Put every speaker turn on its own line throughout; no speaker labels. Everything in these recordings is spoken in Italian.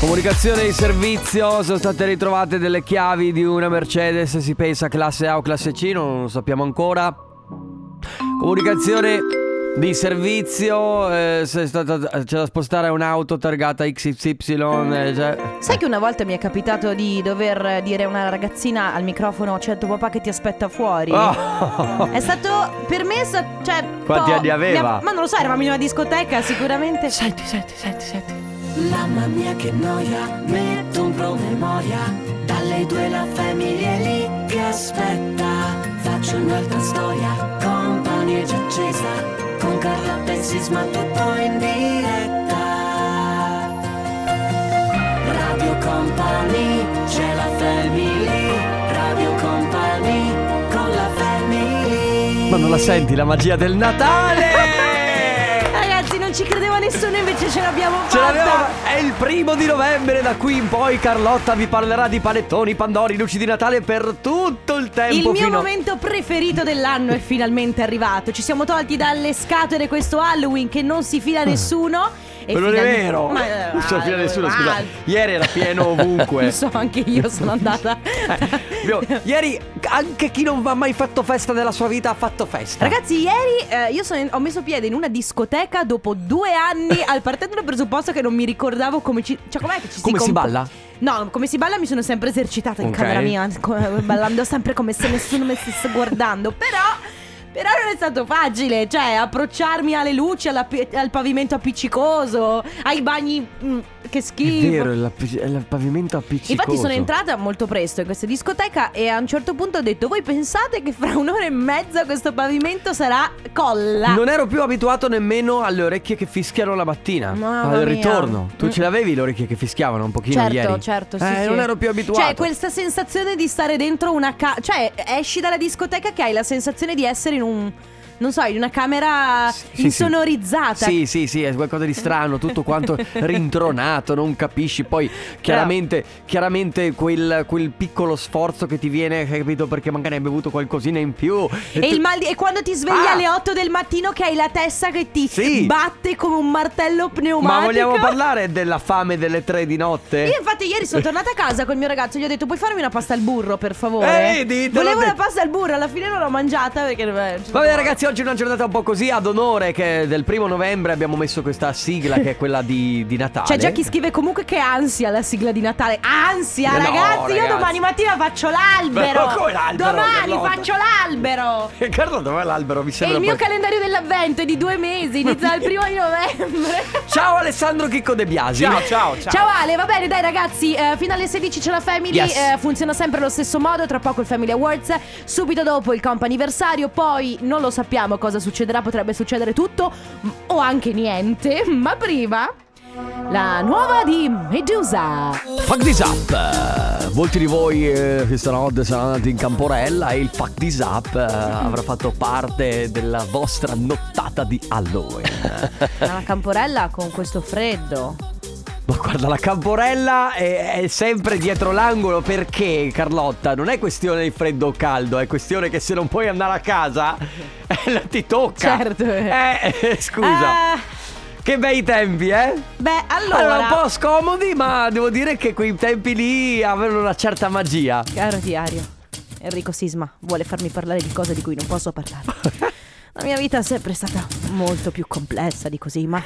Comunicazione di servizio, sono state ritrovate delle chiavi di una Mercedes, si pensa classe A o classe C, non lo sappiamo ancora. Comunicazione di servizio, eh, se è stata- c'è da spostare un'auto targata XY. eh, cioè-
Sai che una volta mi è capitato di dover dire a una ragazzina al microfono C'è tuo papà che ti aspetta fuori
Oh!
È stato per me sa- cioè, un
Quanti
po'
anni aveva?
mi ha- Ma non lo so, eravamo in una discoteca sicuramente
Senti, senti, senti, senti.
Mamma mia che noia, metto un promemoria Dalle due la famiglia è lì che aspetta Faccio un'altra storia, compagnia già accesa Con Carla e Sisma tutto in diretta Radio Company, c'è la family Radio Company, con la family
Ma non la senti la magia del Natale?
Ragazzi non ci credeva nessuno invece ce l'abbiamo fatta
Ce l'abbiamo! È il primo di novembre, da qui in poi Carlotta vi parlerà di panettoni, pandori, luci di Natale per tutto il
Il
tempo
mio
fino
momento preferito dell'anno è finalmente arrivato. Ci siamo tolti dalle scatole questo Halloween che non si fila nessuno. e
Ma non è
finalmente-
vero!
Ma
non si fila
ah,
nessuno,
ah,
scusa. Ieri era pieno ovunque.
Lo so, anche io sono andata.
Eh, abbiamo- Ieri anche chi non ha mai fatto festa nella sua vita ha fatto festa.
Ragazzi, ieri eh, io sono in- ho messo piede in una discoteca dopo due anni al partendo dal presupposto che non mi ricordavo come ci. Cioè, com'è che ci
Come si
comp-
balla?
No, come si balla mi sono sempre esercitata in
Ok.
camera mia, co- ballando sempre come se nessuno mi stesse guardando. Però. Però non è stato facile, cioè approcciarmi alle luci, alla pi- al pavimento appiccicoso, ai bagni. mm, che schifo.
È vero, è la- è il pavimento appiccicoso.
Infatti sono entrata molto presto in questa discoteca e a un certo punto ho detto voi pensate che fra un'ora e mezza questo pavimento sarà colla?
Non ero più abituato nemmeno alle orecchie che fischiano la mattina.
Mamma
al
mia.
ritorno. Tu
Mm.
ce l'avevi le orecchie che fischiavano un pochino
certo,
ieri?
certo, sì,
eh,
sì.
non ero più abituato.
Cioè, questa sensazione di stare dentro una ca- cioè esci dalla discoteca che hai la sensazione di essere in un non so, in una camera
Sì, sì,
insonorizzata.
Sì, sì, sì, è qualcosa di strano, tutto quanto rintronato, non capisci. Poi chiaramente, chiaramente quel, quel piccolo sforzo che ti viene, hai capito, perché magari hai bevuto qualcosina in più.
E,
tu-
il mal di- e quando ti svegli
Ah!
alle 8 del mattino che hai la testa che ti
Sì.
batte come un martello pneumatico.
Ma vogliamo parlare della fame delle tre di notte?
Io infatti ieri sono tornata a casa con il mio ragazzo e gli ho detto puoi farmi una pasta al burro per
Eh,
favore?
vedi, te l'ho
Volevo la
detto.
pasta al burro, alla fine non l'ho mangiata perché... eh, cioè,
Va bene ragazzi, oggi è una giornata un po' così, ad onore che del primo novembre abbiamo messo questa sigla che è quella di, di Natale.
C'è Cioè, già chi scrive comunque che ansia la sigla di Natale. Ansia,
Eh no,
ragazzi, io
ragazzi.
domani mattina faccio l'albero.
Ma come l'albero,
Domani
Carlotta?
faccio l'albero.
E Carlo dov'è l'albero? Mi
E
sembra
il mio
poi-
calendario dell'avvento è di due mesi, inizia dal primo di novembre.
Ciao Alessandro Chicco De Biasi. Ciao, ciao,
Ciao Ale, va bene, dai ragazzi, eh, fino alle 16 c'è la Family,
Yes.
eh, funziona sempre allo stesso modo, tra poco il Family Awards, subito dopo il comp anniversario, poi non lo sappiamo cosa succederà, potrebbe succedere tutto m- o anche niente, ma prima la nuova di Medusa.
Fuck this up. Molti di voi eh, questa notte saranno andati in Camporella e il fuck this up eh, avrà fatto parte della vostra nottata di Halloween.
La Camporella con questo freddo.
Ma guarda, la Camporella è, è sempre dietro l'angolo perché, Carlotta, non è questione di freddo o caldo, è questione che se non puoi andare a casa, eh, non ti tocca.
Certo.
Eh, eh, scusa.
Eh,
Che bei tempi, eh?
beh,
Allora,
allora...
un po' scomodi, ma devo dire che quei tempi lì avevano una certa magia.
Caro diario, Enrico Sisma vuole farmi parlare di cose di cui non posso parlare. La mia vita è sempre stata molto più complessa di così, ma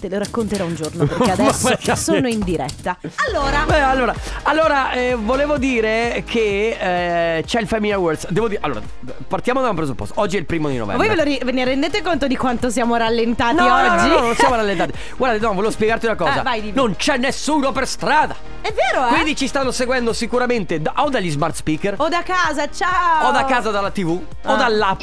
te lo racconterò un giorno perché adesso
Magari.
sono in diretta. Allora,
Beh, allora, allora, eh, volevo dire che eh, c'è il Family Awards. Devo dire, allora, partiamo da un presupposto. Oggi è il primo di novembre.
voi ve, lo ri- ve ne rendete conto di quanto siamo rallentati
No, no,
oggi?
No, no, non siamo rallentati. Guarda, no, volevo spiegarti una cosa.
Ah, vai, dimmi.
non c'è nessuno per strada.
È vero, eh?
Quindi ci stanno seguendo sicuramente da- o dagli smart speaker,
O da casa, ciao!
o da casa dalla TV, o
Oh. Ah.
dall'app.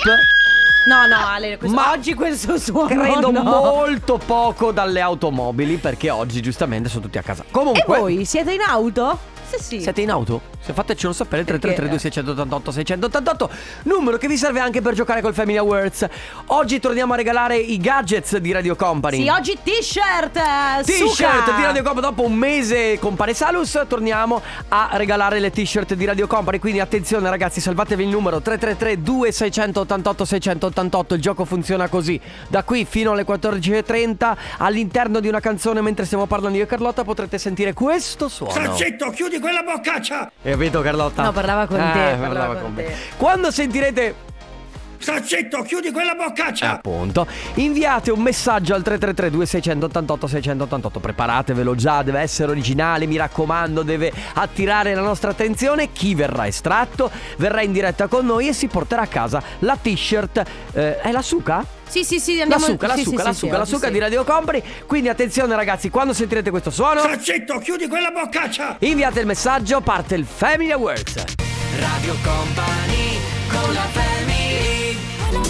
No, no, Ale, questo...
Ma-
oggi questo suono
Credo
no.
molto poco dalle automobili perché oggi giustamente sono tutti a casa.
E
Comunque,
voi siete in auto? forse sì.
Siete in auto? Se fatecelo sapere 333 688 688 Numero che vi serve anche per giocare col Family Awards Oggi torniamo a regalare i gadgets di Radio Company
Sì, oggi t-shirt. eh, suca.
T-shirt di Radio Company Dopo un mese con Pane Salus Torniamo a regalare le t-shirt di Radio Company Quindi attenzione ragazzi Salvatevi il numero 333 2688 688 Il gioco funziona così Da qui fino alle 14.30 All'interno di una canzone Mentre stiamo parlando io e Carlotta Potrete sentire questo suono
Zitto, chiudi quella boccaccia!
E vedo Carlotta.
No, parlava con te,
Eh,
parlava
parlava
con
con me.
te.
Quando sentirete
Sta zitto, chiudi quella
Ah,
boccaccia!
appunto, inviate un messaggio al 333 2688 688. Preparatevelo già, deve essere originale, mi raccomando, deve attirare la nostra attenzione. Chi verrà estratto verrà in diretta con noi e si porterà a casa la t-shirt eh, è la suca?
Sì, sì, sì, andiamo
la suca, la
sì, sì,
suca,
sì,
la
sì,
suca, la
oggi
suca
sì.
di Radio Company. Quindi attenzione ragazzi, quando sentirete questo suono
Sta zitto, chiudi quella boccaccia!
Inviate il messaggio, parte il Family Awards. Radio Company con la Family.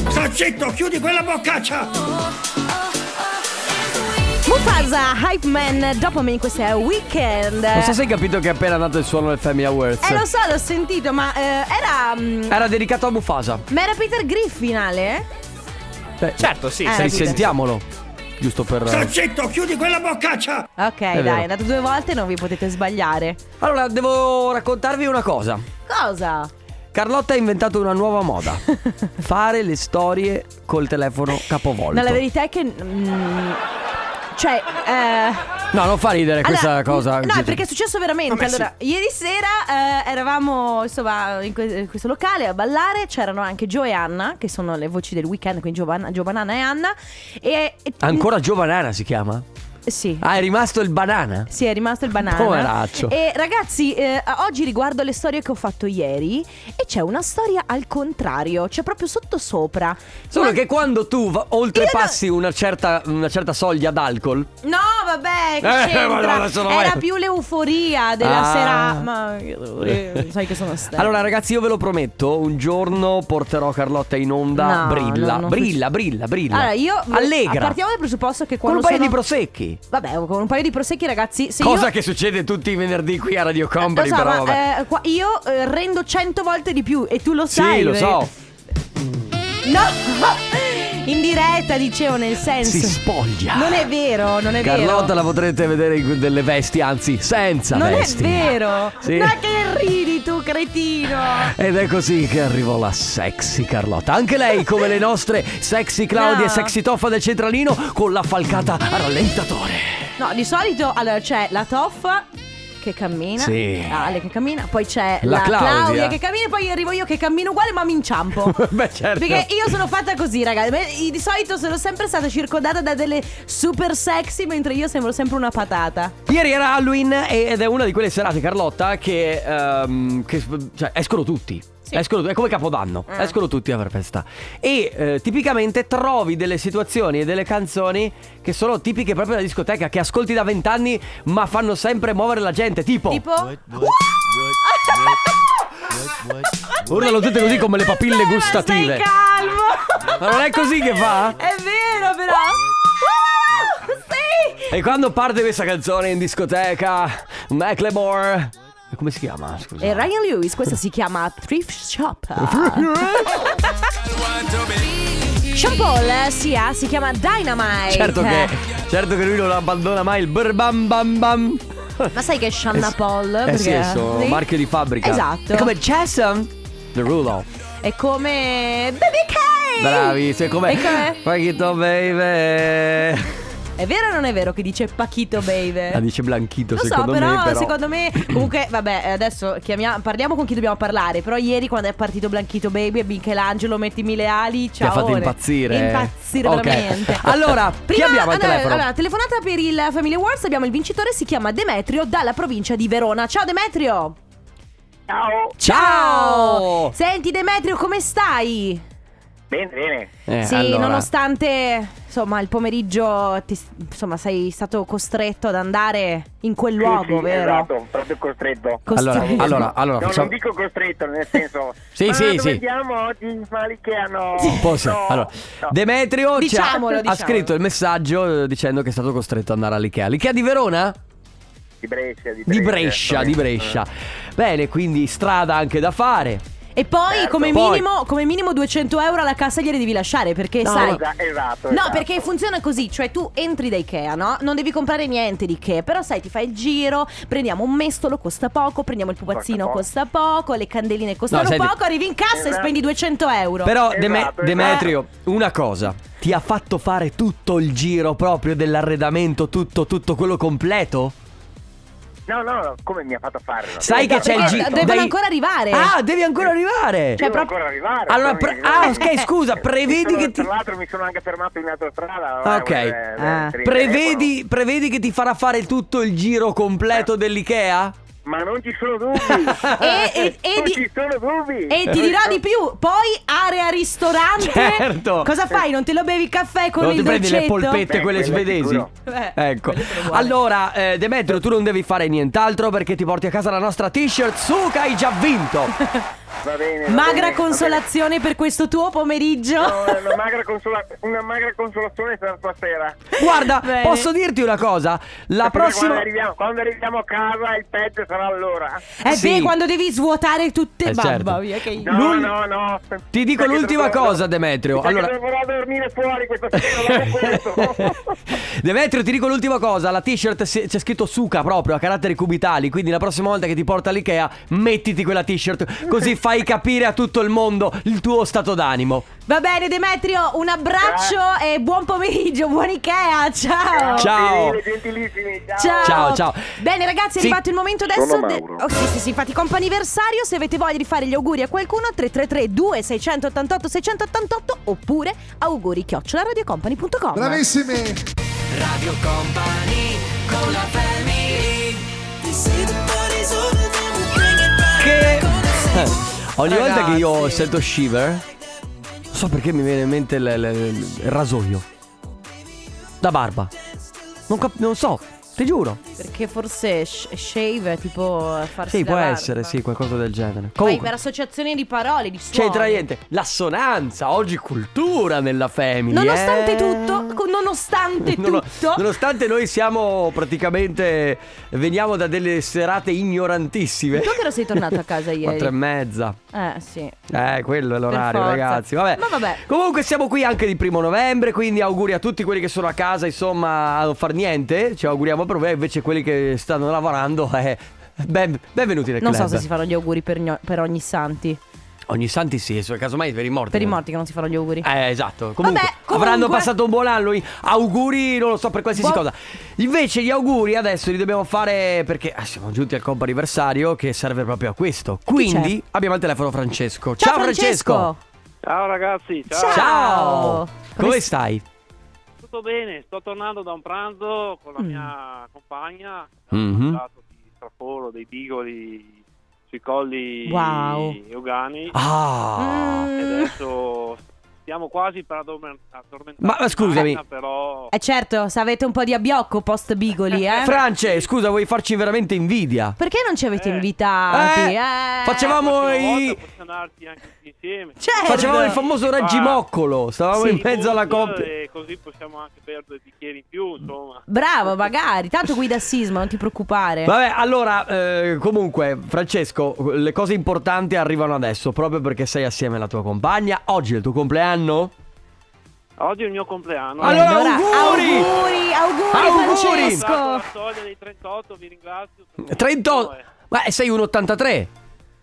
Sta zitto, chiudi quella boccaccia!
Mufasa, Hype Man, Dopamine, questo è Weekend.
Non so se hai capito che è appena nato il suono del Family Awards.
Eh, lo so, l'ho sentito, ma eh, era. mm,
Era dedicato a Mufasa.
Ma era Peter Griffin, Ale?
certo, sì.
Eh, sì.
risentiamolo. Giusto per.
Sta
eh.
zitto, chiudi quella boccaccia!
Ok,
vero.
dai, è andato due volte, non vi potete sbagliare.
Allora, devo raccontarvi una cosa.
Cosa?
Carlotta ha inventato una nuova moda: fare le storie col telefono capovolto.
No, la verità è che. mm, cioè, eh.
No, non fa ridere questa
Allora,
cosa. Cioè,
No, perché è successo veramente. Allora, ieri sera eh, eravamo insomma in que- in questo locale a ballare. C'erano anche Gio e Anna, che sono le voci del weekend, quindi Giovanna, Giovanna e Anna. E, e-
Ancora Giovanana si chiama?
Sì.
Ah, è rimasto il banana.
Sì, è rimasto il banana.
Poveraccio.
E ragazzi, eh, oggi riguardo le storie che ho fatto ieri e c'è una storia al contrario, cioè proprio sotto sopra.
Solo
Ma-
che quando tu va- oltrepassi una, certa, una certa soglia d'alcol,
No, vabbè, che
Eh,
c'entra?
ma no, adesso non
Era
è-
più l'euforia della
Ah.
sera. Ma che dolore, sai che sono stata.
Allora ragazzi io ve lo prometto Un giorno porterò Carlotta in onda
No,
Brilla
no, no.
Brilla brilla brilla
Allora, io
Allegra
Partiamo dal presupposto che
Con
quando
un paio
sono-
di prosecchi
Vabbè, con un paio di prosecchi, ragazzi, se
Cosa
io
che succede tutti i venerdì qui a Radio
Lo
Company
so,
però
ma
vabbè.
eh, qua- io eh, rendo cento volte di più e tu lo
Sì
sai.
lo
perché-
so
No! In diretta, dicevo, nel senso.
Si spoglia
Non è vero, non è
Carlotta
vero.
la potrete vedere in delle vesti Anzi senza
non
vesti
è vero.
Sì.
Ma che ridi tu, cretino?
Ed è così che arrivò la sexy Carlotta. Anche lei, come le nostre sexy Claudia
No. Eh.
e sexy Toffa del centralino, con la falcata a rallentatore.
No, di solito allora c'è la Toffa che cammina,
Sì.
Ale che cammina, poi c'è la,
La
Claudia.
Claudia.
che cammina, poi arrivo io che cammino uguale ma mi inciampo.
Beh, certo.
Perché io sono fatta così, ragazzi. Beh, Di solito sono sempre stata circondata da delle super sexy, mentre io sembro sempre una patata.
Ieri era Halloween e- ed è una di quelle serate, Carlotta, che, ehm, che, cioè, escono tutti.
Sì.
Escono tutti, è come Capodanno,
Ah.
escono tutti a far festa. E eh, tipicamente trovi delle situazioni e delle canzoni che sono tipiche proprio della discoteca, che ascolti da vent'anni ma fanno sempre muovere la gente. Tipo,
Tipo.
urlano tutte così come le papille
Stai-
gustative.
Stai calmo.
Ma non è così che fa?
È vero, però. Ah, sì.
E quando parte questa canzone in discoteca, Macklemore. Come si chiama? Scusa.
E Ryan Lewis, questa si chiama Thrift Shop. Sean Paul eh, sì, ah, si chiama Dynamite.
Certo che, certo che lui non abbandona mai il bur bam bam bam.
Ma sai che è Shanna Paul?
Eh sì,
Perché-
sono marchio di fabbrica.
Esatto.
È come Jason Derulo.
È come Baby K.
Bravi, sei come. oh,
E Eh. com'è?
Paquito baby.
È vero o non è vero che dice Paquito Baby?
La Ah, dice Blanchito,
Lo so,
secondo
però,
me. Però
secondo me. Comunque, vabbè, adesso chiamia- parliamo con chi dobbiamo parlare. Però, ieri, quando è partito Blanchito Baby e Michelangelo, metti mille ali.
Ti ha
Ciao.
fatto impazzire.
Impazzire,
Ok.
veramente.
Allora, chi
Prima,
abbiamo al
allora,
telefono?
Allora, telefonata per il Family Awards. Abbiamo il vincitore, si chiama Demetrio, dalla provincia di Verona. Ciao, Demetrio.
Ciao,
Ciao!
Senti, Demetrio, come stai?
bene, bene.
Eh,
sì,
allora.
nonostante insomma il pomeriggio ti- insomma sei stato costretto ad andare in quel luogo,
Sì, sì,
vero?
Esatto, proprio costretto.
Allora,
Costretto.
allora, allora,
No,
facciamo-
non dico costretto, nel senso...
Sì,
"Ah,
sì,
dove
sì.
andiamo oggi i mali che hanno...
Un po' sì.
No,
Allora,
no.
Demetrio ci ha,
Diciamolo,
ha
diciamolo.
scritto il messaggio eh, dicendo che è stato costretto ad andare all'IKEA. L'IKEA di Verona?
di Brescia. Di Brescia, Mm.
Di Brescia,
certo,
di Brescia.
eh.
Bene, quindi strada anche da fare.
E poi,
Certo.
come,
Poi-
Minimo, come minimo 200 euro alla cassa glieli devi lasciare perché
No,
sai...
Esa- Esatto.
No,
esatto.
perché funziona così, cioè tu entri da Ikea, no? Non devi comprare niente di Ikea, però sai, ti fai il giro, prendiamo un mestolo, costa poco, prendiamo il pupazzino,
Costa
costa poco, le candeline costano
No, senti-
poco, arrivi in cassa e
Esatto.
spendi 200 euro.
Però
Esatto,
Deme-
esatto.
Demetrio, una cosa, ti ha fatto fare tutto il giro proprio dell'arredamento, tutto, tutto quello completo?
No, no, no, come mi ha fatto farlo?
Sai che c'è il
Esatto, Perché
giro.
devono ancora arrivare. Cioè,
Ah, devi ancora arrivare.
Devo
proprio-
ancora arrivare.
Allora, pre-
fammi-
ah, ok, scusa, prevedi
Mi sono-
che ti-
Tra l'altro mi sono anche fermato in autostrada.
Ah,
eh,
ok.
eh,
Ah.
per il telefono.
Prevedi, prevedi che ti farà fare tutto il giro completo dell'IKEA?
Ma non ci sono dubbi.
E- e- e
non
di-
ci sono dubbi.
E ti dirò di più, poi area ristorante.
Certo.
Cosa fai? Non te lo bevi il caffè con
non
il
ti prendi le
dolcetto?
polpette
Beh,
quelle
quello
svedesi?
sicuro.
Eh,
ecco.
quello se lo vuole.
Allora, eh, Demetrio, tu non devi fare nient'altro perché ti porti a casa la nostra t-shirt su che hai già vinto.
Va bene, va bene, va
Magra
bene.
consolazione per questo tuo pomeriggio.
No, è una magra, consola- una magra consolazione per stasera.
Guarda,
Bene.
posso dirti una cosa? La
Perché
prossima
Quando arriviamo, quando arriviamo a casa il peggio sarà allora.
Eh
sì.
beh, quando devi svuotare tutte.
Eh,
Mamma
certo.
mia, che
No,
L'ul-
no, no.
Ti dico
Sai che
l'ultima
dovrò-
cosa, Demetrio.
sai che
Allora-
dovrò dormire fuori questa sera. dopo questo.
Demetrio, ti dico l'ultima cosa: la t-shirt si- c'è scritto Suca proprio a caratteri cubitali. Quindi la prossima volta che ti porta all'IKEA, mettiti quella t-shirt. Così fai capire a tutto il mondo il tuo stato d'animo.
Va bene Demetrio, un abbraccio e buon pomeriggio, buon Ikea, ciao!
Ciao.
Grazie mille, gentilissimi, ciao.
Ciao.
Ciao, ciao.
Bene ragazzi, è
Sì.
arrivato il momento adesso.
Sono
de-
Mauro.
oh, sì, sì, sì, infatti comp'anniversario, se avete voglia di fare gli auguri a qualcuno 333 2688 688 oppure auguri chiocciola radiocompany.com.
Bravissimi!
Che. Eh, Ogni volta
Ragazzi.
che io sento shiver, non so perché mi viene in mente il- il- il rasoio. Da barba. Non, cap- non so, ti giuro.
Perché forse sh- shave è tipo farsi
Sì,
la
può
barba.
essere, sì, qualcosa del genere.
Poi
Comunque.
per associazione di parole, di suoni.
C'entra niente. L'assonanza, oggi cultura nella family.
Nonostante
eh.
tutto, co- nonostante
Nono-
tutto,
Nonostante noi siamo praticamente. Veniamo da delle serate ignorantissime.
Tu a che ora sei tornato a casa ieri?
Quattro e mezza.
Eh sì.
Eh, quello è l'orario,
forza.
ragazzi. Vabbè.
Ma vabbè.
Comunque siamo qui anche di primo novembre, quindi auguri a tutti quelli che sono a casa, insomma, a non far niente. Ci auguriamo per voi, invece quelli che stanno lavorando, eh, ben- benvenuti nel
Non
club.
so se si fanno gli auguri per, gno- per ogni santi.
Ogni santi sì, se- casomai per i morti.
Per i morti che non si fanno gli auguri.
Eh, esatto. Comunque,
Vabbè, comunque-
avranno passato un buon anno. i- Auguri, non lo so, per qualsiasi
Buon-
cosa. Invece, gli auguri adesso li dobbiamo fare perché ah, siamo giunti al compo anniversario che serve proprio a questo. Quindi, abbiamo al telefono Francesco. Ciao, Francesco.
Ciao ragazzi, ciao.
Ciao.
Ciao.
Come
Come
s-
stai?
tutto bene? Sto tornando da un pranzo con la
Mm.
mia compagna,
Mhm.
abbiamo mangiato di straforo, dei bigoli sui colli
Wow.
euganei
Ah.
e
Mm.
adesso stiamo quasi per addormen- addormentarci.
Ma- ma
in
scusami.
macchina, però
Eh certo, se avete un po' di abbiocco post bigoli, eh.
France, scusa, vuoi farci veramente invidia?
Perché non ci avete
Eh.
invitati?
Eh,
Eh.
facevamo-
la prossima
i-
volta possiamo andarci anche tutti insieme.
Certo.
Facevamo il famoso raggimoccolo. Stavamo
Sì.
in mezzo alla coppia.
E eh, così possiamo anche bere due bicchieri in più, insomma.
Bravo, magari. Tanto guida sisma, non ti preoccupare.
Vabbè, allora, eh, comunque, Francesco, le cose importanti arrivano adesso, proprio perché sei assieme alla tua compagna. Oggi è il tuo compleanno?
Oggi è il mio compleanno.
Allora, auguri!
auguri, auguri,
Auguri!
Ho passato la
Francesco.
soglia dei 38, vi ringrazio.
38. Ma sei un 83.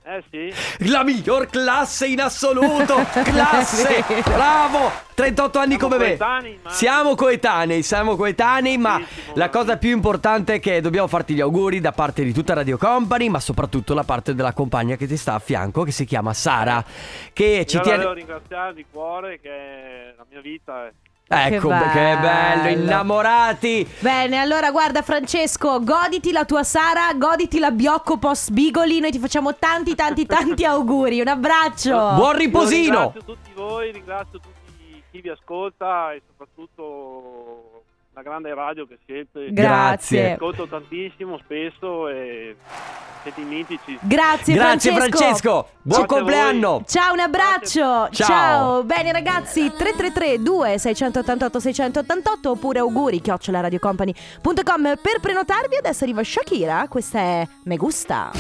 Eh sì.
La miglior classe in assoluto! classe! Bravo! 38 anni
Siamo
come me.
coetanei, ma-
Siamo coetanei, siamo coetanei, ma
Bellissimo,
la
veramente.
cosa più importante è che dobbiamo farti gli auguri da parte di tutta Radio Company, ma soprattutto da parte della compagna che ti sta a fianco, che si chiama Sara, che ci
Io la
tiene
devo ringraziare di cuore che è la mia vita è
Ecco,
Che
che bello.
bello.
innamorati.
Bene, allora guarda Francesco, goditi la tua Sara, goditi la Biocco post Bigoli, noi ti facciamo tanti tanti tanti auguri, un abbraccio.
Buon
Io
riposino.
Ringrazio tutti voi, ringrazio tutti chi vi ascolta e soprattutto la grande radio che siete.
Grazie.
Grazie.
Ascolto tantissimo, spesso e siete mitici.
Grazie,
Grazie Francesco, buon
Grazie a
compleanno.
Ciao, un abbraccio.
Ciao.
Ciao. Bene ragazzi, 333 2688 688 oppure auguri chiocciolaradiocompany.com per prenotarvi. Adesso arriva Shakira, questa è Me gusta.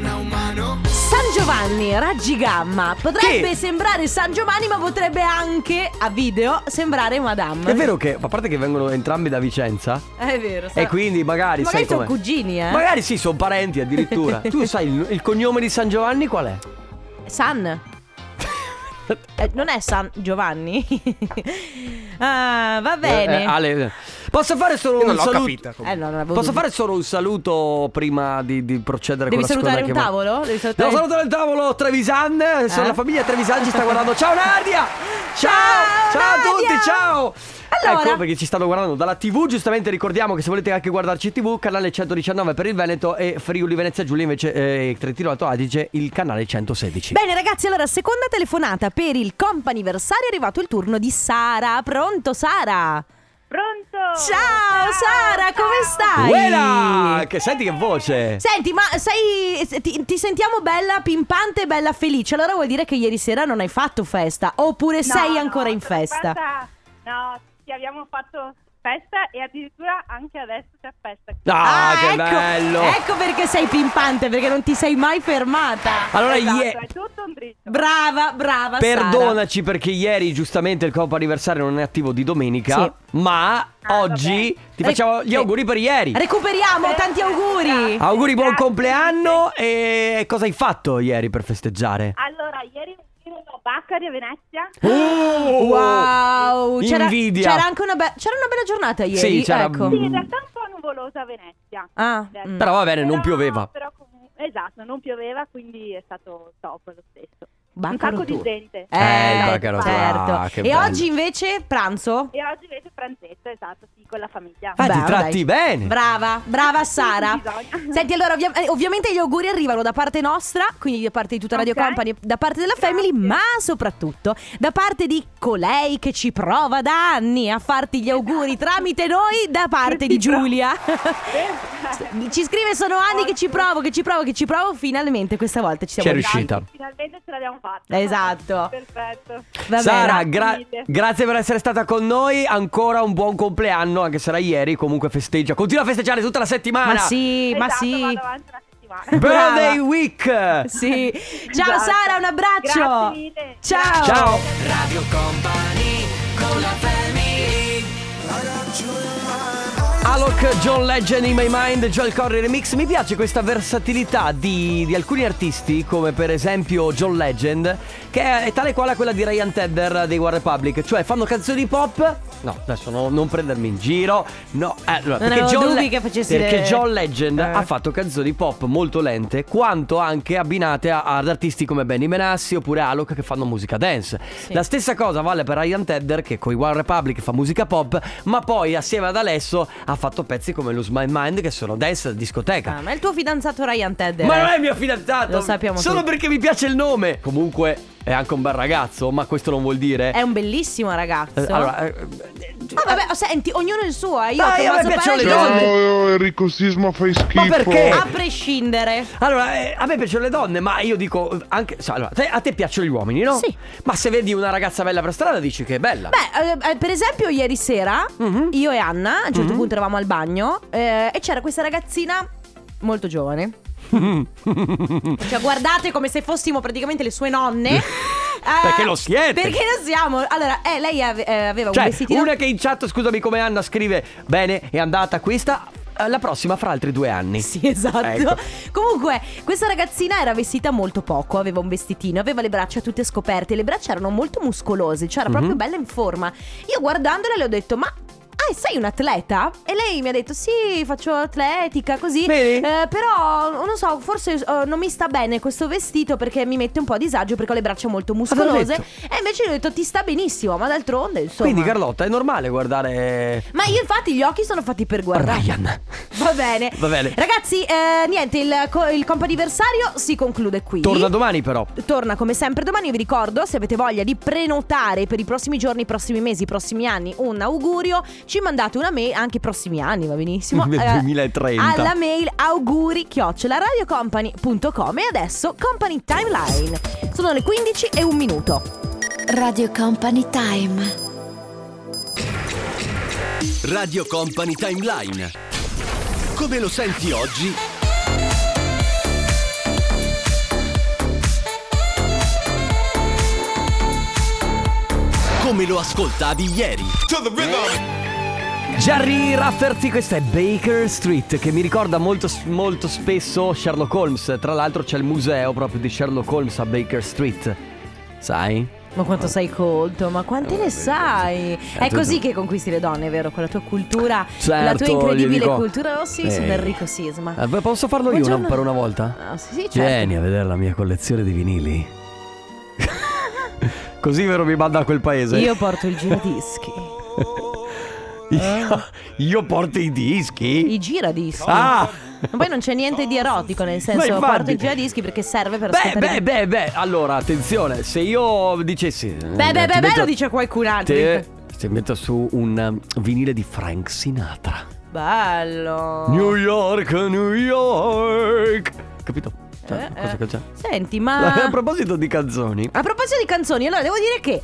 San Giovanni, raggi gamma. Potrebbe
Che-
sembrare San Giovanni, ma potrebbe anche a video sembrare Madame.
È vero che, a parte che vengono entrambi da Vicenza,
È vero. sa-
e quindi magari,
Magari
sai
sono
com'è?
cugini, eh.
Magari sì, sono parenti addirittura. tu sai il, il cognome di San Giovanni qual è?
San. Eh, non è San Giovanni. ah, va bene.
Eh, eh, Ale, posso fare solo
Io
un
non l'ho
saluto?
capita. comunque.
Eh, no, non avevo
Posso
dubbi.
fare solo un saluto prima di, di procedere
Devi
con la seconda
salutare un
chiamata?
tavolo? Devi salutare-
Devo salutare il tavolo Trevisan, sono
Eh?
la famiglia Trevisan ci sta guardando. Ciao Nadia! Ciao!
Ciao,
Ciao a tutti,
Nadia!
ciao!
Allora.
Ecco perché ci stanno guardando dalla TV, giustamente ricordiamo che se volete anche guardarci in TV, canale 119 per il Veneto e Friuli Venezia Giulia invece eh, Trentino Alto Adige il canale 116.
Bene ragazzi, allora seconda telefonata per il comp'anniversario è arrivato il turno di Sara. Pronto Sara?
Pronto?
Ciao, Sara, come stai?
Uela! Che senti che voce?
Senti, ma sei ti, ti sentiamo bella pimpante e bella felice. Allora vuol dire che ieri sera non hai fatto festa oppure
No,
sei
no,
ancora in
sono
festa?
fatta- no, sì, abbiamo fatto festa e addirittura anche adesso c'è festa.
Ah, che
ecco,
bello!
Ecco perché sei pimpante, perché non ti sei mai fermata.
Allora
Esatto,
ie-
è tutto un dritto.
Brava, brava Sara.
Perdonaci perché ieri giustamente il compo anniversario non è attivo di domenica, ma
Ah,
oggi ti
Re-
facciamo gli
sì.
auguri per ieri.
Recuperiamo, tanti auguri.
Auguri, buon
Grazie.
compleanno e cosa hai fatto ieri per festeggiare?
Allora, ieri ero a Baccari a Venezia.
Oh,
Ah! Wow, c'era,
Invidia.
c'era anche una, be- c'era una bella giornata ieri.
Sì, c'era-
ecco.
Sì,
Mm.
in realtà un po' nuvolosa a Venezia.
Ah,
Certo.
mm.
Però va bene, non pioveva.
Però comunque- esatto, non pioveva, quindi è stato top lo stesso. un
Baccaro
sacco
tu.
di gente.
Eh,
Eh, il baccaro tu,
certo.
ah, che
e
bello.
oggi invece pranzo?
E oggi invece pranzetto, esatto, sì, con la famiglia.
Ah, ti
Brava,
tratti bene.
Brava, brava Sara.
bisogna.
Senti, allora, ovvia- eh, ovviamente gli auguri arrivano da parte nostra, quindi da parte di tutta Radio
Ok.
Company, da parte della
Grazie.
Family, ma soprattutto da parte di colei che ci prova da anni a farti gli auguri tramite noi, da parte di Giulia. ci scrive: Sono anni che ci provo, che ci provo, che ci provo. Finalmente, questa volta ci siamo
C'è
arrivati.
riuscita.
Finalmente ce l'abbiamo fatta.
Esatto.
Perfetto.
Va bene.
Sara,
grazie
gra-
mille.
grazie per essere stata con noi. Ancora un buon compleanno, anche se era ieri. Comunque festeggia. Continua a festeggiare tutta la settimana.
Ma sì, ma
Esatto,
sì.
vado avanti una settimana.
Birthday
Brava.
Week.
Sì. Ciao
Esatto.
Sara, un abbraccio.
Grazie mille.
Ciao.
Ciao. Alok, John Legend in my mind, Joel Corry remix. Mi piace questa versatilità di, di alcuni artisti, come per esempio John Legend, che è, è tale quale a quella di Ryan Tedder dei War Republic. Cioè, fanno canzoni pop. No, adesso no- non prendermi in giro. No, eh, allora,
Non
perché,
avevo
John,
dubbi che facessi
perché
le-
John Legend
Eh.
ha fatto canzoni pop molto lente, quanto anche abbinate a- ad artisti come Benny Menassi oppure Alok che fanno musica dance. La stessa cosa vale per Ryan Tedder che con i One Republic fa musica pop, ma poi assieme ad Alesso ha fatto pezzi come Lose My Mind che sono dance da discoteca.
Ah, ma è il tuo fidanzato Ryan Tedder.
Ma non è mio fidanzato!
Ah, eh. Lo sappiamo
Solo
tutti.
perché mi piace il nome! Comunque è anche un bel ragazzo, ma questo non vuol dire...
È un bellissimo ragazzo.
Eh, allora, eh,
Ah, vabbè, senti, ognuno il suo, eh. Io
Dai,
ti
a me
faccio
piacciono
parlare
le
di
donne.
gente-
Ciao Enrico Sisma fai schifo.
perché?
A prescindere.
Allora, eh, a me piacciono le donne, ma io dico eh, anche. sa- allora, te- a te piacciono gli uomini, no?
Sì.
Ma se vedi una ragazza bella per strada, dici che è bella.
Beh, eh, eh, per esempio, ieri sera
Mhm.
io e Anna a un certo
Mhm.
punto eravamo al bagno eh, e c'era questa ragazzina molto giovane. Cioè, guardate come se fossimo praticamente le sue nonne. Eh,
Perché lo siete.
Perché lo siamo. Allora, eh, lei ave- eh, aveva un
cioè,
vestitino.
una che in chat, scusami, come Anna scrive: Bene, è andata questa. eh, La prossima fra altri due anni.
Sì, esatto.
Ecco.
Comunque, questa ragazzina era vestita molto poco, aveva un vestitino, aveva le braccia tutte scoperte, le braccia erano molto muscolose, cioè era
Mhm.
proprio bella in forma. Io guardandola le ho detto "Ma ah, sei un atleta? E lei mi ha detto, sì, faccio atletica, così.
Vedi?
Eh, però, non so, forse eh, non mi sta bene questo vestito perché mi mette un po' a disagio perché ho le braccia molto muscolose.
detto.
E invece gli ho detto, ti sta benissimo, ma d'altronde, insomma.
Quindi Carlotta è normale guardare
Ma io infatti gli occhi sono fatti per guardare.
Ryan.
Va bene.
Va bene.
Ragazzi, eh, niente, il, co- il comp'anniversario si conclude qui.
Torna domani però.
Torna come sempre domani, io vi ricordo se avete voglia di prenotare per i prossimi giorni, i prossimi mesi, i prossimi anni un augurio, ci mandate una mail, anche i prossimi anni va benissimo, Eh,
Nel 2030.
alla mail auguri radiocompany.com e adesso Company Timeline, sono le 15 e un minuto.
Radio Company Time.
Radio Company Timeline. Come lo senti oggi? Come lo ascoltavi ieri?
Jerry Rafferty, questa è Baker Street che mi ricorda molto, molto spesso Sherlock Holmes. Tra l'altro c'è il museo proprio di Sherlock Holmes a Baker Street. Sai?
Ma
Ah.
quanto sei colto, ma
Eh,
quante ne sai? È
tu-
così che conquisti le donne, vero? Con la tua cultura, la
Certo,
tua
gli
incredibile
dico.
cultura. Oh sì, sono
Eh.
Enrico Sisma.
Eh, beh, posso farlo io
Buongiorno.
una- per una volta?
Ah, sì, sì, certo.
Vieni a vedere la mia collezione di vinili. Così vero mi manda a quel paese.
Io porto il giradischi.
Io, io porto i dischi.
Eh? I giradischi.
Ah!
Ma Poi non c'è niente di erotico, nel
Ma
senso,
infatti-
porto i giradischi perché serve per
Beh, beh,
ascoltare.
beh, beh, allora attenzione, se io dicessi... Beh,
Eh, beh, beh, lo dice qualcun altro.
Te, ti metto su un um, vinile di Frank Sinatra.
Bello.
New York, New York. Capito? Cioè,
Eh, Ah.
cosa
eh.
che c'è?
Senti,
A
ma.
proposito di canzoni,
A proposito di canzoni, allora devo dire che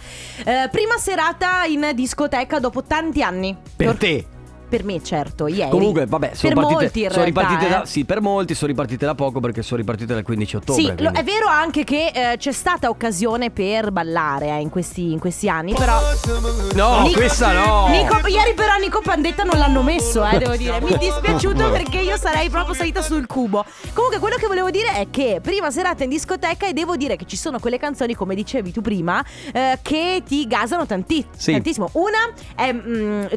eh, prima serata in discoteca dopo tanti anni.
per
Tor-
te.
Per me, certo, ieri.
Comunque, vabbè, sono
per
partite,
molti in
sono
realtà,
ripartite
eh.
da, sì, per molti sono ripartite da poco perché sono ripartite dal 15 ottobre.
Sì, lo-
quindi.
è vero anche che eh, c'è stata occasione per ballare eh, in, questi, in questi anni,
Oh,
però...
No,
Nico-
questa no.
Nico- ieri però Nico Pandetta non l'hanno messo, eh, devo dire. Mi è dispiaciuto perché io sarei proprio salita sul cubo. Comunque quello che volevo dire è che prima serata in discoteca e devo dire che ci sono quelle canzoni, come dicevi tu prima, eh, che ti gasano tanti-
Sì.
tantissimo. Una è... mm, t-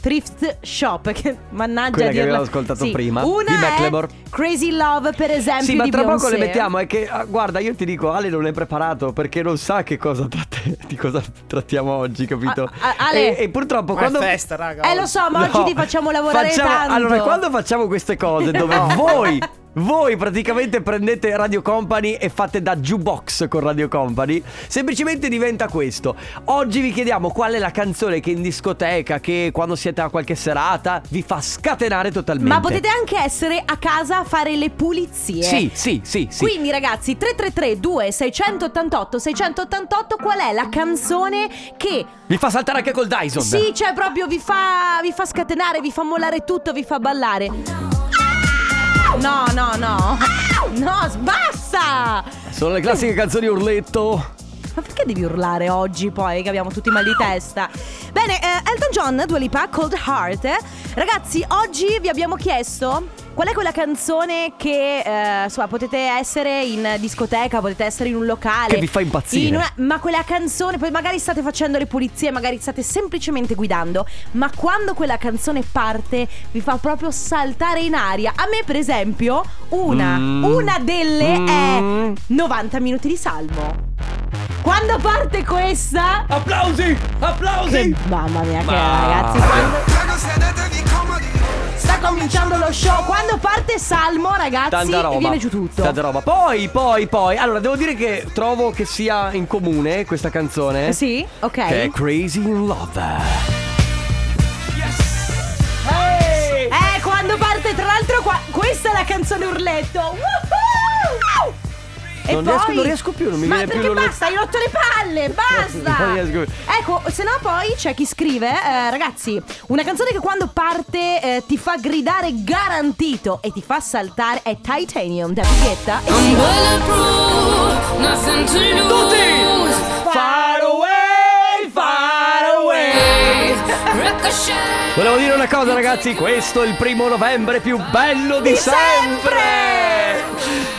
Thrift Shop, che mannaggia
Quella
a
che
dirla.
abbiamo ascoltato
Sì.
prima,
Una
di
è
Macklemore.
Crazy Love, per esempio.
Sì, ma
di
tra poco le
Beyoncé.
mettiamo. È che, ah, guarda, io ti dico, Ale non è preparato perché non sa che cosa tratte- di cosa trattiamo oggi, capito?
Ah, ah, Ale.
E, e purtroppo quando.
Eh lo so, ma
No,
oggi ti facciamo lavorare
facciamo-
tanto.
Allora, quando facciamo queste cose dove voi. Voi praticamente prendete Radio Company e fate da jukebox con Radio Company, semplicemente diventa questo. Oggi vi chiediamo qual è la canzone che in discoteca, che quando siete a qualche serata, vi fa scatenare totalmente.
Ma potete anche essere a casa a fare le pulizie.
Sì, sì, sì, sì.
Quindi ragazzi, 333 2688 688 qual è la canzone che
Vi fa saltare anche col Dyson.
sì, cioè proprio vi fa, vi fa scatenare, vi fa mollare tutto, vi fa ballare. No, no, no. No, s- basta!
Sono le classiche canzoni urletto.
Ma perché devi urlare oggi poi che abbiamo tutti mal di testa? Bene, eh, Elton John, Dua Lipa, Cold Heart. eh. Ragazzi, oggi vi abbiamo chiesto qual è quella canzone che, eh, insomma, potete essere in discoteca, potete essere in un locale.
Che vi fa impazzire.
in una- ma quella canzone, poi magari state facendo le pulizie, magari state semplicemente guidando, ma quando quella canzone parte vi fa proprio saltare in aria. A me, per esempio, una,
Mm.
una delle
Mm.
è 90 minuti di salmo. Quando parte questa
Applausi! Applausi!
Mamma mia che
Ma-
ragazzi quando... Sta cominciando lo show Quando parte Salmo ragazzi
Tanta roba.
Viene giù tutto
Tanta roba. Poi, poi, poi. Allora, devo dire che trovo che sia in comune questa canzone.
Eh Sì? Ok
Che è Crazy in Love. Hey!
Eh quando parte tra l'altro qua... Questa è la canzone urletto Woohoo! E
Non riesco- non riesco più, non mi
Ma
viene più
perché
l'urletto.
basta, hai rotto le palle, basta!
Non riesco più.
Ecco, se no poi c'è chi scrive, eh, ragazzi, una canzone che quando parte eh, ti fa gridare garantito e ti fa saltare è Titanium da Pichetta. E sì.
Tutti! Far away, far away. Volevo dire una cosa ragazzi, questo è il primo novembre più bello di, sempre!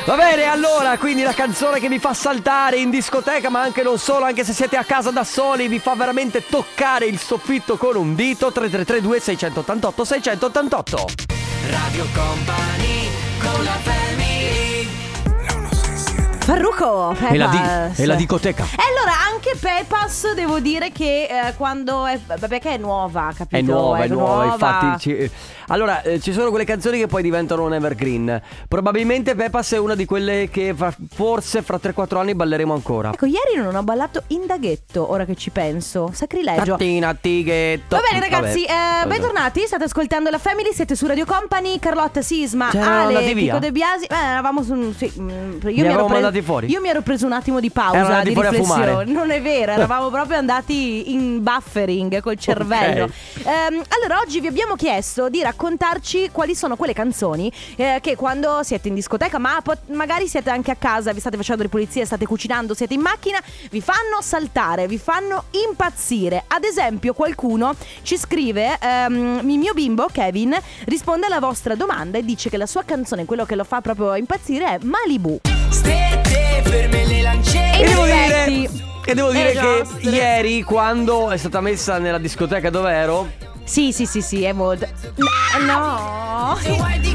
Va bene, allora, quindi la canzone che vi fa saltare in discoteca, ma anche non solo, anche se siete a casa da soli, vi fa veramente toccare il soffitto con un dito 3332 688 688.
Farruco, Peppas.
E la, di- e la dicoteca.
E allora anche Peppas devo dire che eh, quando è... beh, Perché è nuova, capito?
È nuova, è nuova, infatti. ci- Allora, eh, ci sono quelle canzoni che poi diventano un evergreen. Probabilmente Peppas è una di quelle che fra- forse fra 3-4 anni balleremo ancora.
Ecco, ieri non ho ballato indaghetto, ora che ci penso. Sacrilegio.
Tattina, tighetto.
Eh, Va bene ragazzi, eh,
Vabbè.
bentornati, state ascoltando la Family, siete su Radio Company, Carlotta Sisma,
C'erano
Ale,
andati via?
Chico De Biasi, eh, eravamo su un- sì, mm, io
Li avevamo mandati fuori?
Io mi ero preso un attimo di pausa,
Erano andati
di
fuori a
riflessione,
fumare.
non è vero, eravamo proprio andati in buffering col cervello Ehm, Allora oggi vi abbiamo chiesto di raccontarci quali sono quelle canzoni eh, che quando siete in discoteca, ma pot- magari siete anche a casa, vi state facendo le pulizie, state cucinando, siete in macchina, vi fanno saltare, vi fanno impazzire. Ad esempio, qualcuno ci scrive: ehm, Il mio bimbo, Kevin, risponde alla vostra domanda e dice che la sua canzone, quello che lo fa proprio impazzire, è Malibu. E
E
in
devo
effetti-
dire, e devo dire
Eh,
che
nostre.
ieri quando è stata messa nella discoteca dove ero,
Sì, sì, sì, sì, è molto. No,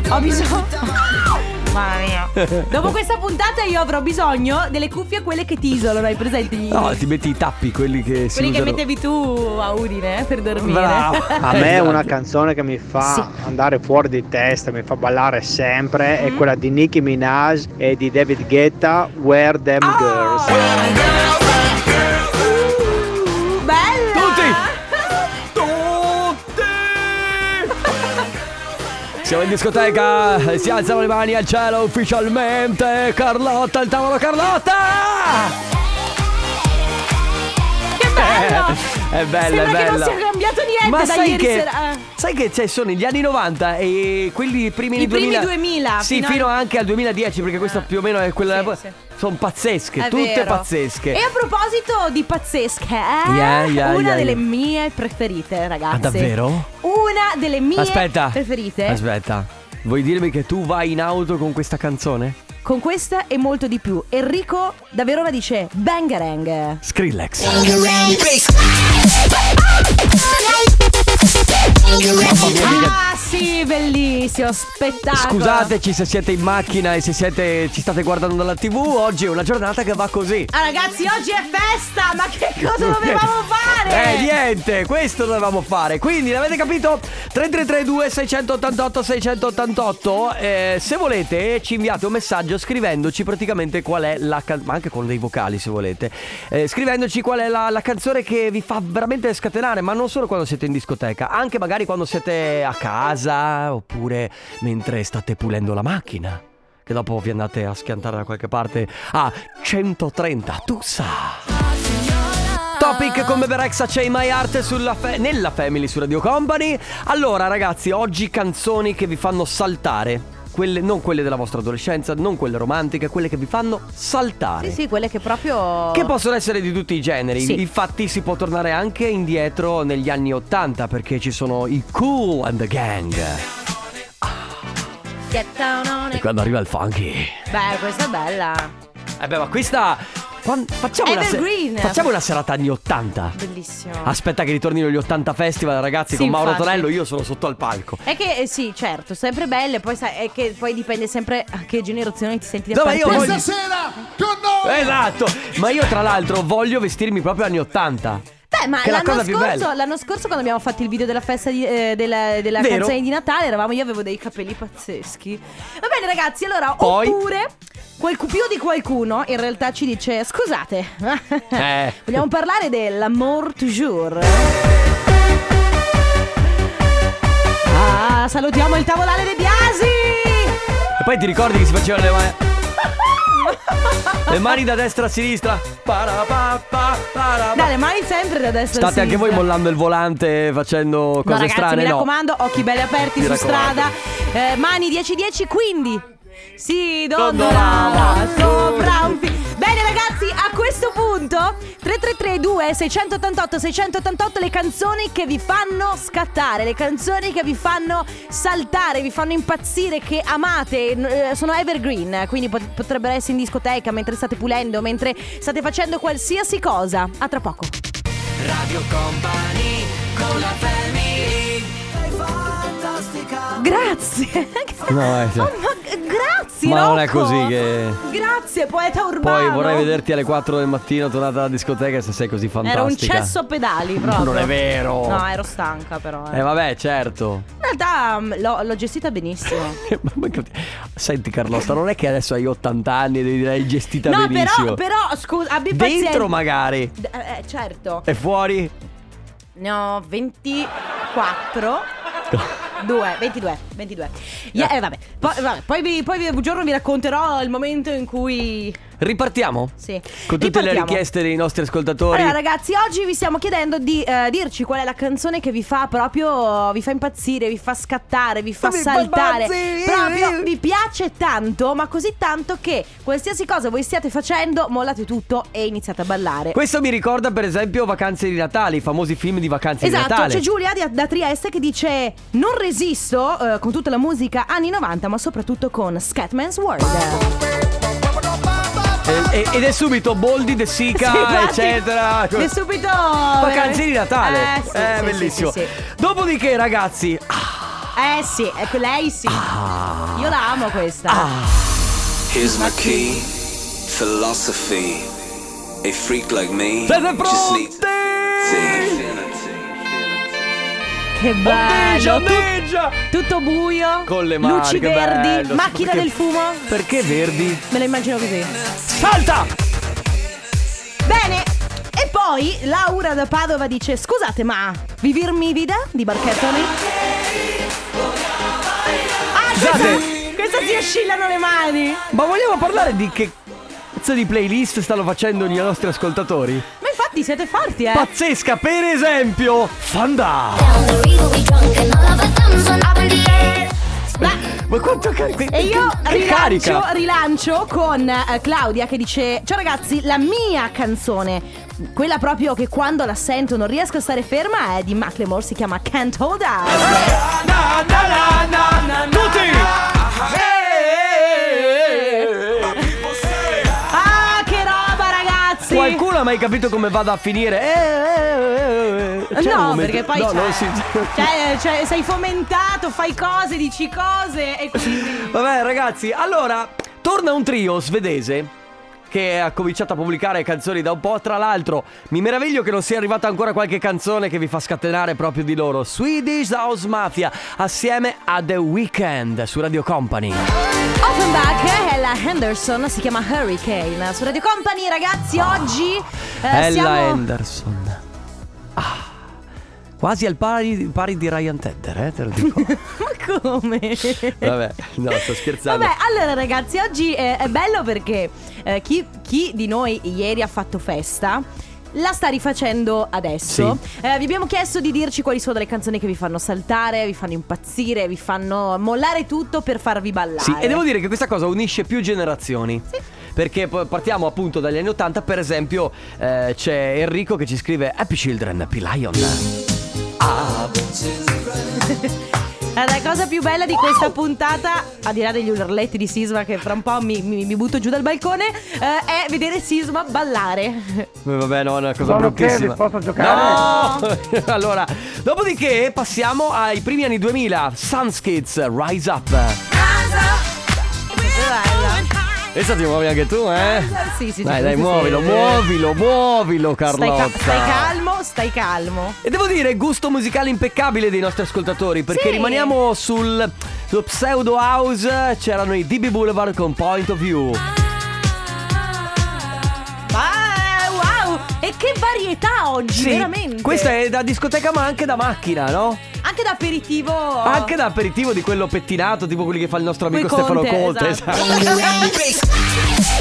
ho bisogno. Mamma mia. Dopo questa puntata io avrò bisogno delle cuffie quelle che ti isolano, hai presenti? Gli-
no, ti metti i tappi, quelli che si
quelli che
usano.
mettevi tu a Udine eh, per dormire.
Brava.
A me una canzone che mi fa
Eh, esatto. Sì. Mm-hmm.
andare fuori di testa, mi fa ballare sempre, è quella di Nicki Minaj e di David Guetta, Where Them
Ah!
Girls.
Uh, Bella!
Siamo in discoteca, si alzano le mani al cielo ufficialmente. Carlotta, al tavolo Carlotta!
Che bello!
È bella,
Sembra
è
che non
bella.
sia cambiato niente
Ma
da
sai
ieri
che,
sera. Eh.
Sai che cioè, sono gli anni 90 e quelli primi
I
del
primi
2000.
2000,
Sì,
fino
fino,
a-
anche al 2010, perché questa più o meno è quella.
Sì, sì.
Sono pazzesche,
È
tutte
vero.
pazzesche.
E a proposito di pazzesche, eh,
Yeah, yeah,
una
yeah,
delle
yeah.
mie preferite, ragazzi.
Ah, davvero?
Una delle mie
Aspetta,
preferite.
Aspetta, vuoi dirmi che tu vai in auto con questa canzone?
Con questa e molto di più. Enrico da Verona dice Bangarang.
Skrillex.
Ah sì, bellissimo, spettacolo.
Scusateci se siete in macchina e se siete, ci state guardando dalla TV, oggi è una giornata che va così.
Ah ragazzi, oggi è festa, ma che cosa dovevamo fare?
Eh niente, questo dovevamo fare. Quindi l'avete capito? 3332 688 688 eh, se volete ci inviate un messaggio scrivendoci praticamente qual è la canzone, ma anche con dei vocali se volete. eh, scrivendoci qual è la, la canzone che vi fa veramente scatenare, ma non solo quando siete in discoteca, anche magari quando siete a casa oppure mentre state pulendo la macchina. Che dopo vi andate a schiantare da qualche parte Ah, a 130 Tussa. Topic come Berexa c'è in My Heart sulla fe- nella Family su Radio Company. Allora ragazzi, oggi canzoni che vi fanno saltare. Quelle, non quelle della vostra adolescenza, non quelle romantiche, quelle che vi fanno saltare.
Sì, sì, quelle che proprio...
Che possono essere di tutti i generi.
Sì.
Infatti si può tornare anche indietro negli anni 80 perché ci sono i Cool and the Gang.
Get down on
E
it.
quando arriva il funky.
Beh, questa è bella.
Eh beh, ma questa quan- facciamo una se-
Evergreen.
facciamo una serata anni 80.
Bellissimo.
Aspetta che ritornino gli 80 festival, ragazzi,
Sì,
con Mauro
infatti.
Tonello io sono sotto al palco.
È che eh, sì, certo, sempre belle, poi sai, è che poi dipende sempre a che generazione ti senti
No, ma io
appartenere.
voglio... Esatto, ma io tra l'altro voglio vestirmi proprio anni 80.
Beh, ma
Che è la
l'anno
cosa più
scorso,
bella.
l'anno scorso quando abbiamo fatto il video della festa di- eh, della, della
Vero.
canzone di Natale, eravamo io avevo dei capelli pazzeschi. Va bene, ragazzi, allora,
Poi?
oppure qualcu- più di qualcuno in realtà ci dice "Scusate".
Eh.
Vogliamo parlare dell'amour toujours. Ah, salutiamo il tavolale De Biasi!
E poi ti ricordi che si facevano le mani... Le mani da destra a sinistra. Parapappa, parapa.
Dai, le mani sempre da destra a
State anche voi
sinistra.
mollando il volante facendo cose
No, ragazzi,
strane,
mi
no?
raccomando, occhi belli aperti
Mi
su
raccomando.
strada. Eh, mani 10-10, quindi si
Dondolava
dondolava sopra un fi- Bene, ragazzi, a questo questo punto 3332 688 688 le canzoni che vi fanno scattare, le canzoni che vi fanno saltare, vi fanno impazzire, che amate, n- eh, sono evergreen, quindi pot- potrebbero essere in discoteca mentre state pulendo, mentre state facendo qualsiasi cosa. A tra poco.
Radio Company con la family. Sei fantastica.
Grazie.
No, eh, sì.
Oh, ma- grazie.
Ma non è
Rocco.
così che-
Grazie, poeta urbano.
Poi vorrei vederti alle 4 del mattino tornata alla discoteca se sei così fantastica.
Era un cesso a pedali proprio.
Non è vero.
No, ero stanca però. eh.
Eh vabbè, certo.
In realtà mm, l'ho, l'ho gestita benissimo.
Ma- ma- Senti Carlotta, non è che adesso hai 80 anni e devi dire "Hai gestita
no,
benissimo.
però, però, scusa, abbi pazienza.
Dentro magari.
D- eh, eh, certo.
E fuori?
Ne ho 24. 2, 22, 22. Yeah, eh, vabbè. Poi, vabbè, poi vi- poi vi- un giorno vi racconterò il momento in cui...
Ripartiamo?
Sì.
Con tutte le
Ripartiamo.
richieste dei nostri ascoltatori.
Allora ragazzi, oggi vi stiamo chiedendo di eh, dirci qual è la canzone che vi fa proprio, vi fa impazzire, vi fa scattare, vi fa
Mi fa
saltare.
impazzire!
Proprio vi piace tanto, ma così tanto che qualsiasi cosa voi stiate facendo, mollate tutto e iniziate a ballare.
Questo mi ricorda per esempio Vacanze di Natale, i famosi film di Vacanze di
Esatto,
Natale.
c'è Giulia di- da Trieste che dice Non resisto eh, con tutta la musica anni 90 ma soprattutto con Scatman's World
E- e- ed è subito Boldi, De Sica,
Sì, infatti.
eccetera.
E subito
Vacanze di Natale.
Eh sì,
è
sì,
bellissimo.
sì, sì, sì.
Dopodiché, ragazzi, ah,
Eh sì, ecco lei sì Io la amo questa
Ah.
Here's my key, philosophy. A freak like me
Siete
just needs
pronti?
Che
Ondeggia,
bello Tut-
ondeggia.
Tutto buio
Oh, Con le mani,
Luci
che
verdi
bello.
Macchina
Perché-
del fumo
Perché Verdi?
Me la immagino così
Salta!
Bene E poi Laura da Padova dice Scusate ma Vivirmi vida di Barchettoni Ah questa,
Scusate.
questa si oscillano le mani
Ma vogliamo parlare di che cazzo di playlist stanno facendo i nostri ascoltatori?
Ma infatti siete forti eh
Pazzesca, per esempio, Fanda! Ma quanto carico?
E io rilancio,
carica!
rilancio con eh, Claudia che dice Ciao ragazzi, la mia canzone quella proprio che quando la sento non riesco a stare ferma è di Macklemore, si chiama Can't Hold Out.
Na, na, na, na, na, Tutti! Eh, eh, eh, eh.
Ah, che roba ragazzi!
Qualcuno ha mai capito come vada a finire? Eh, eh, eh, eh. C'è un
no,
momento-
perché poi
no,
c'è-
non si-
cioè, cioè, sei fomentato, fai cose, dici cose e quindi...
Vabbè, ragazzi, allora torna un trio svedese che ha cominciato a pubblicare canzoni da un po'. Tra l'altro, mi meraviglio che non sia arrivata ancora qualche canzone che vi fa scatenare proprio di loro. Swedish House Mafia assieme a The Weeknd su Radio Company.
Offenbach, Ella Henderson, si chiama Hurricane. Su Radio Company ragazzi, oggi eh,
Ella
siamo...
Henderson. Ah, quasi al pari, pari di Ryan Tedder, eh, te lo dico.
Ma come?
Vabbè, no, sto scherzando.
Vabbè, allora ragazzi, oggi eh, è bello perché eh, chi, chi di noi ieri ha fatto festa? La sta rifacendo adesso. Eh, vi abbiamo chiesto di dirci quali sono le canzoni che vi fanno saltare, vi fanno impazzire, vi fanno mollare tutto per farvi ballare.
Sì, e devo dire che questa cosa unisce più generazioni. Perché p- partiamo appunto dagli anni 80, per esempio eh, c'è Enrico che ci scrive Happy Children, P. Lion.
Eh, La cosa più bella di questa puntata, al di là degli urletti di Sisma che fra un po' mi, mi- mi butto giù dal balcone, eh, è vedere Sisma ballare.
Eh, Vabbè, no, è una cosa
Sono
bruttissima.
Kevin, posso giocare?
No! allora, dopodiché passiamo ai primi anni 2000, Suns Kids, Rise Up. Questa ti muovi anche tu, eh?
Sì, sì,
Dai,
sì,
dai,
sì,
muovilo,
sì.
muovilo, muovilo,
Stai,
Carlotta.
ca- stai calmo, stai calmo.
E devo dire, gusto musicale impeccabile dei nostri ascoltatori, perché
Sì.
rimaniamo sul sullo pseudo house, c'erano i DB Boulevard con Point of View.
Ah, wow! E che varietà oggi, veramente.
questa è da discoteca ma anche da macchina, no?
Anche da aperitivo.
Anche da aperitivo di quello pettinato, tipo quelli che fa il nostro amico
Coi
Stefano
Conte,
Conte.
esatto.
esatto.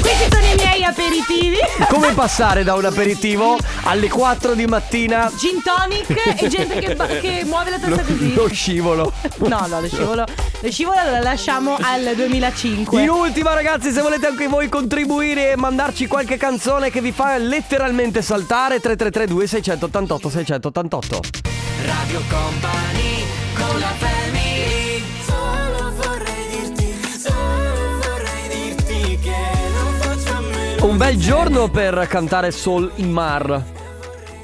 Questi sono i miei aperitivi.
Come passare da un aperitivo alle 4 di mattina?
Gin tonic e gente che, ba- che muove la testa
Lo-
così.
Lo scivolo.
No, no, lo scivolo. Lo scivolo lo lasciamo al 2005.
In ultima ragazzi se volete anche voi contribuire e mandarci qualche canzone che vi fa letteralmente saltare 3332 688 688
Radio Company con la family. Solo vorrei dirti, solo vorrei dirti che non faccio a meno.
Un bel giorno per cantare Sol in Mar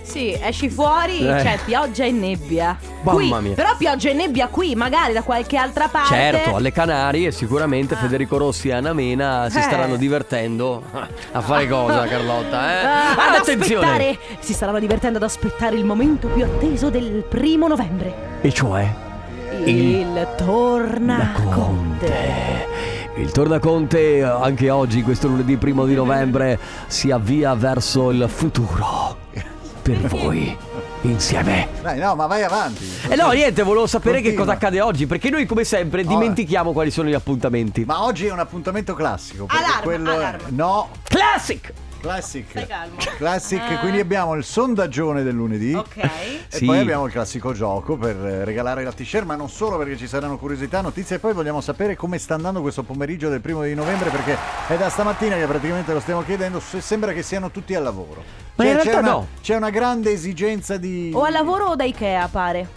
Sì, esci fuori,
Eh.
c'è pioggia e nebbia.
Mamma
Qui,
mia.
Però pioggia e nebbia qui, magari da qualche altra parte.
Certo, alle Canarie sicuramente Federico Rossi e Anna Mena si
Ah. Eh.
staranno divertendo a fare cosa Carlotta eh?
Ah,
Ah,
ad
attenzione
aspettare. Si staranno divertendo ad aspettare il momento più atteso del primo novembre.
E cioè
Il tornaconte.
il Tornaconte anche oggi questo lunedì primo di novembre si avvia verso il futuro Per voi insieme
Dai, no, ma vai avanti.
Eh no, niente, volevo sapere che
Continua.
cosa accade oggi, perché noi come sempre dimentichiamo quali sono gli appuntamenti.
Ma oggi è un appuntamento classico. perché
Allarma,
quello
allarma.
È... No,
Classic!
classic.
calmo.
Classic, quindi abbiamo il sondaggione del lunedì.
Ok.
E
Sì.
poi abbiamo il classico gioco per eh, regalare la t-shirt, ma non solo perché ci saranno curiosità, notizie e poi vogliamo sapere come sta andando questo pomeriggio del primo di novembre perché è da stamattina che praticamente lo stiamo chiedendo, se sembra che siano tutti al lavoro.
Ma in realtà
c'è una,
no.
C'è una grande esigenza di
O al lavoro o da Ikea, pare.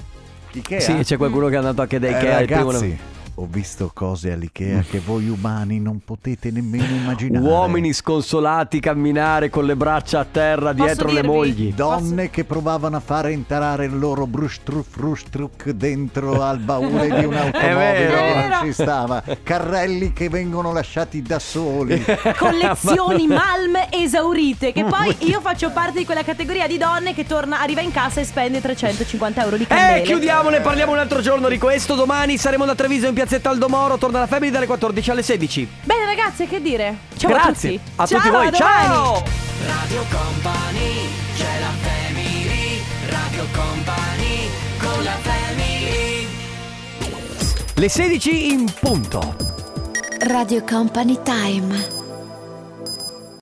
Ikea.
Sì, c'è qualcuno che è andato anche da
Eh,
Ikea. il primo-
ragazzi, ho visto cose all'Ikea che voi umani non potete nemmeno immaginare.
Uomini sconsolati camminare con le braccia a terra dietro le
dirvi?
mogli.
Donne che provavano a fare entrare il loro brustruc frustruc dentro al baule di
È
un'automobile
vero.
che non
Vero.
ci stava, carrelli che vengono lasciati da soli.
Collezioni malme esaurite. Che poi io faccio parte di quella categoria di donne che torna, arriva in casa e spende 350 euro di candele.
Eh, chiudiamole, parliamo un altro giorno di questo. Domani saremo da Treviso in piazzetta Aldomoro. Torna la Family dalle 14 alle 16.
Bene, ragazze, che dire? Ciao
Grazie
a tutti. Ciao,
voi.
a domani.
Ciao!
Radio Company, c'è la family. Radio Company con la family.
Le 16 in punto.
Radio Company Time.